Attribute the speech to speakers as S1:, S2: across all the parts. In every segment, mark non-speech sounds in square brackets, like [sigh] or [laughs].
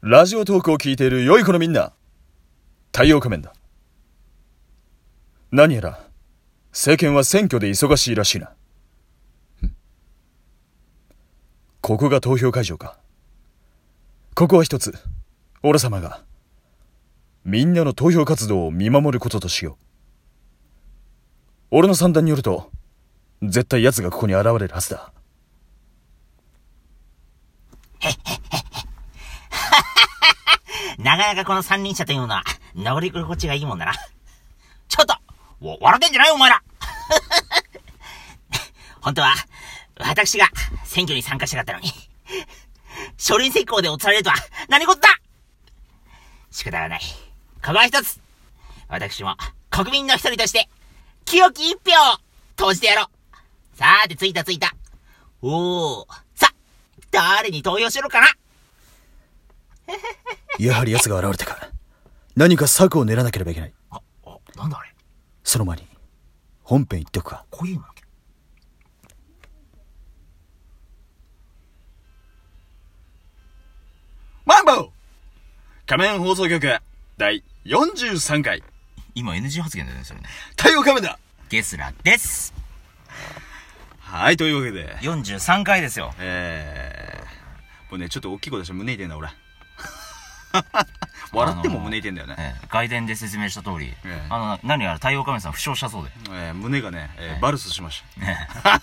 S1: ラジオトークを聞いている良い子のみんな、太陽仮面だ。何やら、政権は選挙で忙しいらしいな。ふんここが投票会場か。ここは一つ、オラ様が、みんなの投票活動を見守ることとしよう。俺の算段によると、絶対奴がここに現れるはずだ。
S2: なかなかこの三輪車というのは、乗り心地がいいもんだな。ちょっとお笑ってんじゃないよお前ら [laughs] 本当は、私が選挙に参加したかったのに、書類選考で落とされるとは何事だ仕方がない。ここは一つ私も国民の一人として、清き一票を投じてやろうさーて、ついたついた。おー、さ、誰に投票しろかな
S1: やはり奴が現れたか。何か策を練らなければいけない。
S2: あ、あ、なんだあれ
S1: その前に、本編言っとくか。
S2: こういうのだっけ
S3: マンボウ仮面放送局第43回
S2: 今 NG 発言だよね、それね。
S3: 太陽仮面だ
S2: ゲスラです。
S3: はい、というわけで、
S2: 43回ですよ。
S3: えー、もうね、ちょっと大きい声出して胸痛いんだ、俺。 [laughs] 笑っても胸痛いんだよね。
S4: ええ外伝で説明した通り、
S3: ええ
S4: あの何やら太陽仮面さん負傷したそうで
S3: えー胸がね、えーバルスしました。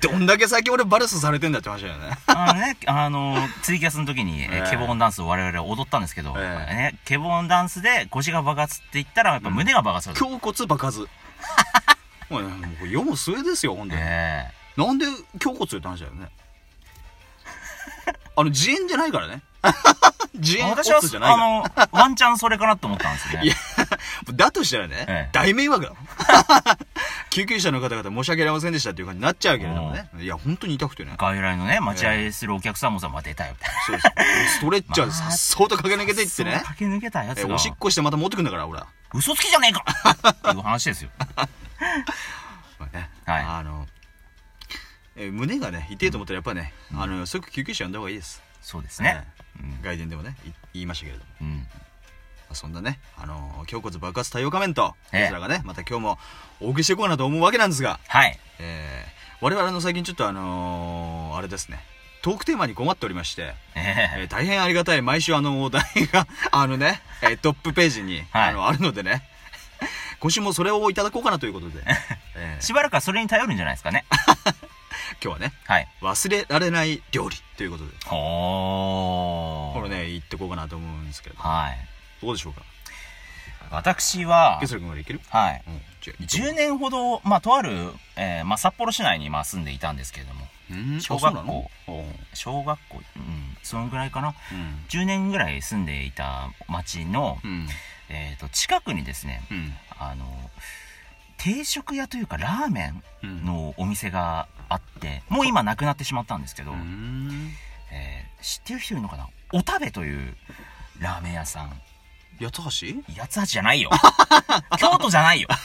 S3: どんだけ最近俺バルスされてんだって話だよ [laughs] ね。
S4: あのね [laughs] あのツイキャスの時に、え
S3: ええ
S4: ケボンダンスを我々は踊ったんですけど、
S3: ええ
S4: ね、ケボンダンスで腰が爆発って言ったらやっぱ胸が爆発する、
S3: 胸骨爆 [laughs] 発。もうね、もう世も末ですよ、ほんとに。
S4: ええ
S3: なんで胸骨って話だよ
S4: [laughs]
S3: ね。あの、自演じゃないから
S4: [laughs]
S3: ね。自演骨
S4: 私は
S3: じゃないから。
S4: あのワンチャンそれかなと思ったんですよね
S3: いや、だとしたらね、
S4: ええ
S3: 大迷惑だもん [laughs] 救急車の方々申し訳ありませんでしたっていう感じになっちゃうけれどもね。いや、本当に痛くてね。
S4: 外来のね待合するお客さんもさ、まあ、出たよみたいな
S3: そう
S4: [laughs]
S3: です。ストレッチャーでさっそうと駆け抜けていってね
S4: そう。駆け抜けたやつ
S3: え
S4: が
S3: おしっこしてまた持ってくんだから、俺は。
S4: 嘘つきじゃねえかっていう話ですよ
S3: まあね
S4: はい
S3: あの、え胸がね、痛いと思ったらやっぱね、あの、即救急車呼んだ方がいいです。
S4: そうですね、
S3: [laughs] ええ外伝でもね、い言いましたけれども。
S4: うん、
S3: まあそんなね、あの胸骨爆発太陽仮面と、こ
S4: ええ
S3: ちらがね、また今日もお送りしていこうかなと思うわけなんですが、
S4: はい
S3: えー、我々の最近ちょっとあのーあれですね、トークテーマに困っておりまして、
S4: え
S3: え
S4: え
S3: ー大変ありがたい、毎週あのお題が、 [laughs] あのね、えートップページに、
S4: はい
S3: あの、あるのでね、今週もそれをいただこうかなということ
S4: [laughs]
S3: で、えー
S4: しばらくはそれに頼るんじゃないですかね
S3: 今日はね、
S4: はい
S3: 忘れられない料理ということで、
S4: お
S3: これね、言ってこうかなと思うんですけれど、
S4: はい。
S3: どうでしょうか
S4: 私は
S3: ゲ、スラ君からいける
S4: はい。
S3: うん、じゃあ
S4: 10年ほど、まあ、とある、えーまあ、札幌市内に、まあ、住んでいたんですけれども、
S3: うん
S4: 小学校
S3: あそうなのおう
S4: 小学校、うん、そのぐらいかな。
S3: うん
S4: 10年ぐらい住んでいた町の、
S3: うん
S4: えっ、と、近くにですね、
S3: うん
S4: あの、定食屋というか、ラーメンのお店があって、もう今なくなってしまったんですけど、
S3: うん
S4: えー知ってる人いるのかなおたべというラーメン屋さん。
S3: 八つ橋
S4: 八つ橋じゃないよ。 [laughs] 京都じゃないよ。
S3: だ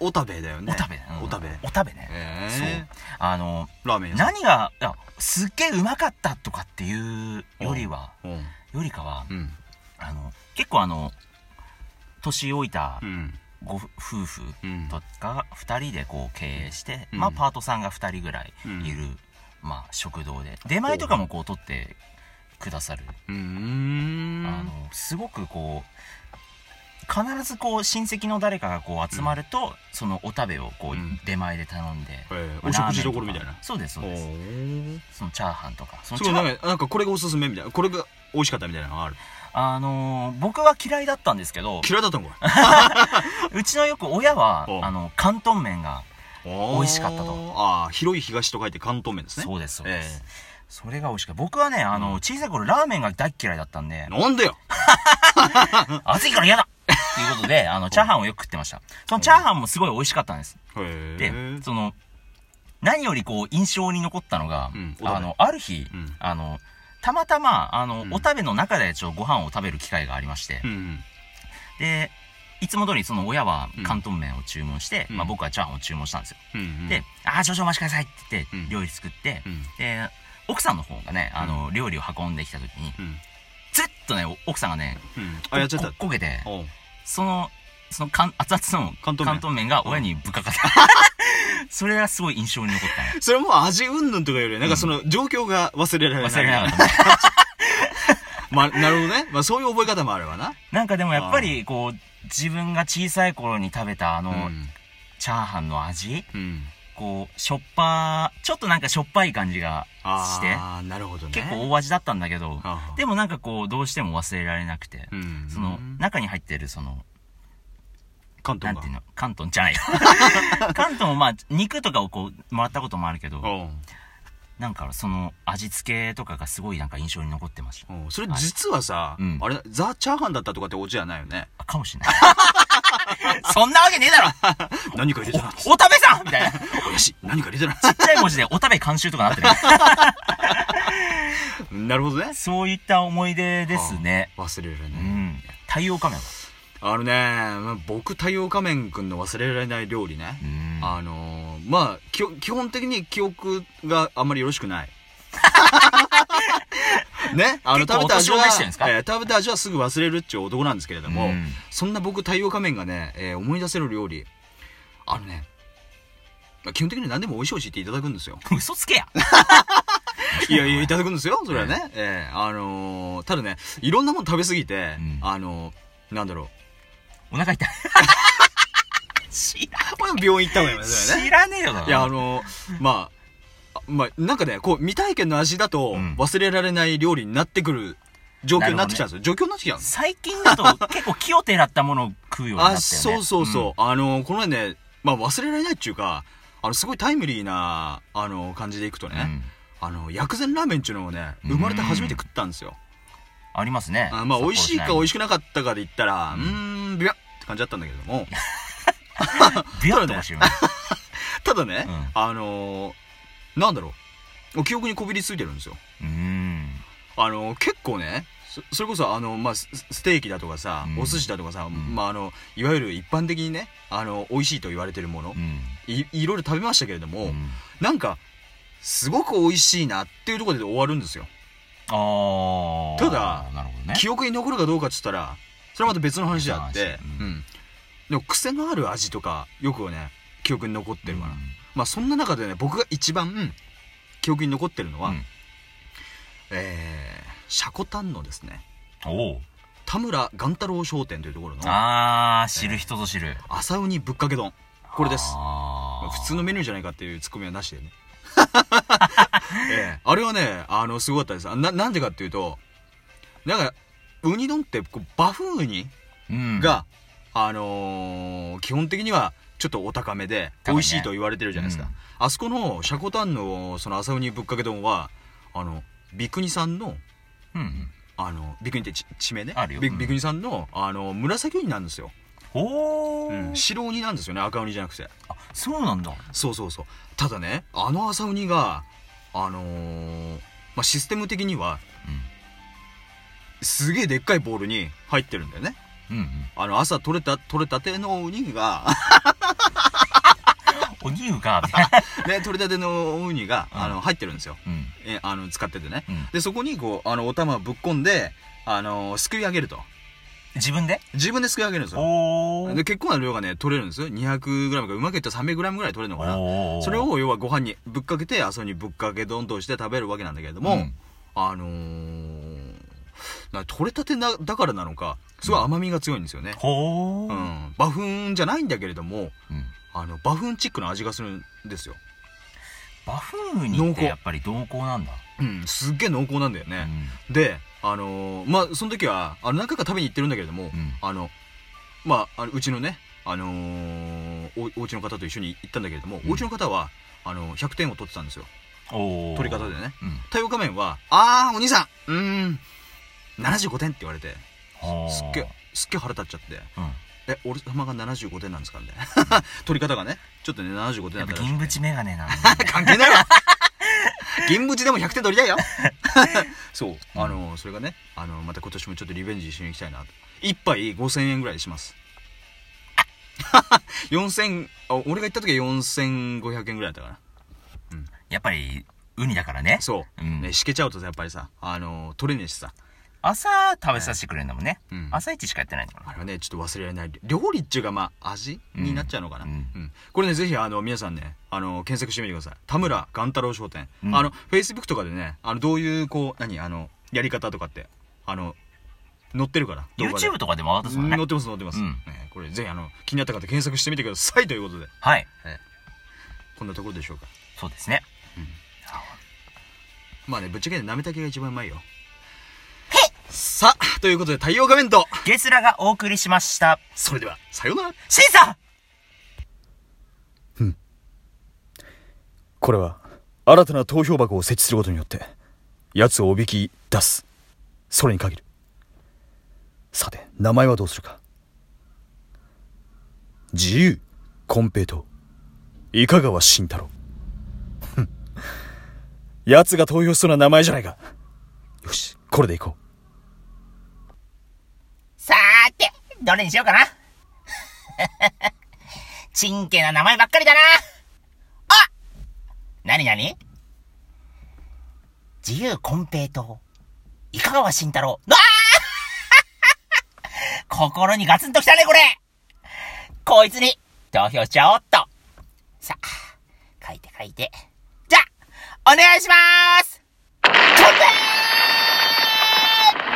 S3: おたべだよね
S4: おたべだ
S3: おたべ
S4: おたべね。
S3: え
S4: そう
S3: え。
S4: あの、
S3: ラーメン屋さん
S4: 何が、いや、すっげえうまかったとかっていうよりは、
S3: うん
S4: よりかは、
S3: うん
S4: あの、結構あの、年老いた
S3: うん
S4: ご夫婦
S3: うん
S4: とか2人でこう経営して、
S3: うん
S4: まあパートさんが2人ぐらい
S3: うん
S4: いる、まあ食堂で、出前とかもこう取ってくださる、
S3: う
S4: あ
S3: ん
S4: の、すごくこう、必ずこう親戚の誰かがこう集まると、そのお食べをこ
S3: うん
S4: う出前で頼んで、
S3: ええ
S4: まあ
S3: お食事
S4: ラーメンと
S3: ど
S4: か
S3: ころみたいな
S4: そうですそう
S3: お
S4: です
S3: ー
S4: そのチャーハンとかその
S3: す
S4: チ
S3: ご
S4: ャ
S3: い
S4: ー
S3: な
S4: ハン
S3: んかなんかこれがおすすめみたいなこれが美味しかったみたいなのある
S4: あのー僕は嫌いだったんですけど、
S3: 嫌いだったのこ
S4: うちのよく親は
S3: お、
S4: あの、広東麺が、
S3: れおー
S4: [laughs] 美味しかったと
S3: ああ広い東と書いて関東麺ですね
S4: そうです、そうです。
S3: え
S4: それが美味しかった。僕はね、あの、小さい頃ラーメンが大嫌いだったん
S3: え、
S4: で
S3: なんでよ
S4: 暑いから嫌だっていうことで、あの、チャーハンをよく食ってました。そのチャーハンもすごい美味しかったんです。
S3: へ
S4: で
S3: え、
S4: その、何よりこう、印象に残ったのが
S3: うん、お食べ
S4: あの、ある日
S3: うん、
S4: あの、たまたま、あの
S3: う、ん
S4: お食べの中でちょっとご飯を食べる機会がありまして
S3: う、ん
S4: で、いつも通りその親は広東麺を注文して、
S3: うん
S4: まあ僕はチャーハンを注文したんですよ。
S3: うんうん
S4: で、ああ、少々お待ちくださいって言って
S3: うん、
S4: 料理作って
S3: う、ん
S4: で、奥さんの方がね、あの、料理を運んできた時に、
S3: うん
S4: ずっとね、お奥さんがね、
S5: うん。あ、やっちゃった
S4: こ。焦げて、
S5: おう
S4: その、そのかん、熱々の
S5: 関東麺
S4: 関東麺が親にぶっかかった。
S5: [laughs]
S4: それがすごい印象に残ったね。
S5: それはもう味うんぬんとかより、なんかその状況が忘れら [laughs] れない。
S4: 忘れなかったね。
S5: まあ、なるほどね。まあ、そういう覚え方もあればな。
S4: なんかでもやっぱり、こう、自分が小さい頃に食べたあの、
S5: うん。
S4: チャーハンの味
S5: うん。
S4: こう、しょっぱ、ちょっとなんかしょっぱい感じがして、
S5: ああ、なるほどね。
S4: 結構大味だったんだけど、
S5: あー
S4: でもなんかこう、どうしても忘れられなくて、
S5: うん。
S4: その、中に入ってるその、
S5: 関
S4: な
S5: 東
S4: ん
S5: が
S4: ていう。の、関東じ [laughs] ゃないよ。関東もまあ、肉とかをこう、もらったこともあるけど、
S5: おう
S4: なんかその味付けとかがすごいなんか印象に残ってました。
S5: おうそれ実はさ
S4: はいうん、
S5: あれ、ザ・チャーハンだったとかってオチじゃないよね。
S4: あかもしれない。 [laughs] そんなわけねえだろ
S5: 何か入れたな。
S4: お食べさんみた [laughs] いな。ちっ
S5: おやし、何か入れたな。
S4: ちゃい文字でお食べ監修とかなってる。
S5: [laughs] なるほど
S4: [laughs]
S5: ね。
S4: そういった思い出ですね。
S5: 忘れられ
S4: う
S5: ない。
S4: ん。太陽カメラ。
S5: あのね、まあ僕、太陽仮面くんの忘れられない料理ね。
S4: うん
S5: あのー、まあ、きょ基本的に記憶があんまりよろし
S4: [laughs]
S5: くない。ね、あの
S4: 結構
S5: 食べた味は
S4: お年を召してるんですか
S5: えー食べた味はすぐ忘れるっていう男なんですけれど
S4: う
S5: も、
S4: ん
S5: そんな僕太陽仮面がね、えー思い出せる料理あのねまあ基本的に何でも美味しい美味しいっていただくんですよ
S4: 嘘つけや。
S5: いやいやいただくんですよそれはね、えーあのーただねいろんなもの食べ過ぎて、
S4: うん
S5: あのーなんだろ
S4: お
S5: う
S4: 腹痛い。知ら
S5: これ病院行った方がいいですよね
S4: 知らねえよな。
S5: いや、あの、まあ、あまあ、なんかね、こう、未体験の味だと、
S4: うん
S5: 忘れられない料理になってくる状況になってきたんですよ。状況になってきたんです
S4: 最近だと結構気をてらったものを食うようになったよ
S5: あ、
S4: ね。
S5: そうそうそう。あの、この前ね、まあ、忘れられないっていうか、あの、すごいタイムリーな、あの、感じでいくと
S4: うん。う
S5: ね、
S4: ん
S5: あの、薬膳ラーメンっていうのをね、生まれて初めて食ったんですよ。
S4: ありますね。
S5: あまあ、美味しいか美味
S4: し
S5: しくなかったかで言ったら、うーん、ビャッって感じだったんだけど
S4: [laughs]
S5: も、
S4: い。ビュッとかしらない。
S5: ただね
S4: うん、
S5: あの、なんだろう、もう記憶にこびりついてるんですよ。
S4: うん。
S5: あの結構ねそそれこそあの、まあ、スステーキだとかさ、
S4: うん
S5: お寿司だとかさ、
S4: ん
S5: まあ、あのいわゆる一般的にねあの美味しいと言われてるもの、
S4: うん。
S5: いいろいろ食べましたけれども、
S4: うん
S5: なんかすごく美味しいなっていうところで終わるんですよ
S4: ああ。
S5: ただ
S4: なるほどね。
S5: 記憶に残るかどうかっつったらそれはまた別の話であっ
S4: 別の、
S5: て
S4: 話
S5: う
S4: うん
S5: んでも癖のある味とかよくね記憶に残ってるから、
S4: うん
S5: まあそんな中でね僕が一番記憶に残ってるのは、
S4: うん
S5: えー、シャコタンのですね
S4: おう
S5: 田村雁太郎商店というところの
S4: ああ、知る人ぞ知る。
S5: 朝ウニぶっかけ丼これです
S4: あー
S5: 普通のメニューじゃないかっていうツッコミはなしでね、
S4: [laughs]
S5: ええあれはねあのすごかったですあななんでかっていうとなんかウニ丼ってこうバフウニ
S4: うん。
S5: が、あのー基本的にはちょっとお高めで
S4: 高いね
S5: 美味しいと言われてるじゃないですか、
S4: うん
S5: あそこのシャコタンのその朝ウニぶっかけ丼はあのビクニさんの
S4: うん。
S5: あのビクニってち地名ね
S4: あるよ
S5: ビ
S4: うん
S5: ビクニさんのあの紫ウニなんですよ
S4: お
S5: う
S4: ー
S5: ん、白ウニなんですよね赤ウニじゃなくて
S4: あ、そうなんだ。
S5: そうそうそうただねあの朝ウニがあのーまあ、システム的にはすげえでっかいボールに入ってるんだよね
S4: うん。うん。
S5: あの朝取れた取れたてのウニが
S4: おにゅう
S5: [laughs]
S4: か、
S5: ね取れたてのウニが、あの入ってるんですよ
S4: うん。
S5: えあの使っててね、
S4: うん
S5: でそこにこうあのお玉をぶっ込んであのーすくい上げると
S4: 自分で
S5: 自分ですくい上げるんですよ
S4: おー
S5: で結構な量がね取れるんですよ 200g かうまくいったら 300g ぐらい取れるのかな
S4: おー
S5: それを要はご飯にぶっかけて朝にぶっかけ丼として食べるわけなんだけれども、
S4: うん
S5: あのー、な取れたてなだからなのかすごい甘みが強いんですよね、
S4: ほ
S5: う
S4: ー
S5: ん、バフンじゃないんだけれども
S4: うん。
S5: あのバフンチックの味がするんですよ、
S4: バフーニ
S5: 濃
S4: っ
S5: 厚
S4: てやっぱり濃厚なんだ。
S5: うん、すっげえ濃厚なんだよ
S4: う
S5: ね、
S4: ん。
S5: であのー、まあその時はあの何回か食べに行ってるんだけれど
S4: う
S5: も、
S4: ん
S5: あのまああのうちのねあのー、おお家の方と一緒に行ったんだけれども、
S4: うん
S5: お家の方はあの100点を取ってたんですよ
S4: おー
S5: 取り方でね
S4: うん。
S5: 太陽仮面は、あー、お兄さん、うーん、75点って言われて、
S4: あー
S5: すっげえ、すっげえ腹立っちゃって、
S4: うん。
S5: え、俺様が75点なんですかみたいな。 [laughs] 取り方がね、ちょっとね、75点
S4: やっ
S5: だっ
S4: ぱ
S5: たらしくて
S4: 銀縁メガネなんだね。
S5: [laughs] 関係ないわ銀縁でも100点取りたいよ [laughs] そう、あの、それがね、あの、また今年もちょっとリベンジしに行きたいなと。一杯5000円ぐらいします。4000、あ俺が行った時は4500円ぐらいだったかな。
S4: やっぱり、ウニだからね。
S5: そう、
S4: うん
S5: ね、しけちゃうとさやっぱりさあのー取れねえしさ
S4: 朝食べさせてくれるんだもんね。
S5: うん
S4: 朝一しかやってないんだか
S5: あれはね、ちょっと忘れられない。料理っていうか、まあ、味になっちゃうのかな。う
S4: うんん
S5: これね、ぜひ、あの、皆さんね、あの、検索してみてください。田村雁太郎商店。
S4: うん
S5: あの、Facebook とかでね、あの、どういう、こう、何、あの、やり方とかって、あの、載ってるから。
S4: ら。
S5: 動画で
S4: YouTube とかでも上がったそうだ
S5: 載
S4: ね
S5: っ。てます、載ってます。
S4: うん
S5: ねこれ、ぜひ、あの、気になった方、検索してみてください。ということで、
S4: はい。
S5: こんなところでしょうか。
S4: そうですね。
S5: まあね、ぶっちゃけね、なめたけが一番うまいよ。さあ、ということで、太陽画面と、
S4: ゲスラがお送りしました。
S5: それでは、さようなら。
S4: シンさん
S3: これは新たな投票箱を設置することによって奴をおびき出すそれに限るさて名前はどうするか自由金平といかがは慎太郎ふん奴が投票しそうな名前じゃないかよしこれでいこう
S2: さーて、どれにしようかな。 [laughs] ちんけな名前ばっかりだな。あなになに自由混平と、いかがわ慎太郎。あー [laughs] 心にガツンときたね、これこいつに、投票しちゃおっと。さあ、書いて書いて。じゃあ、お願いしまーすコンペ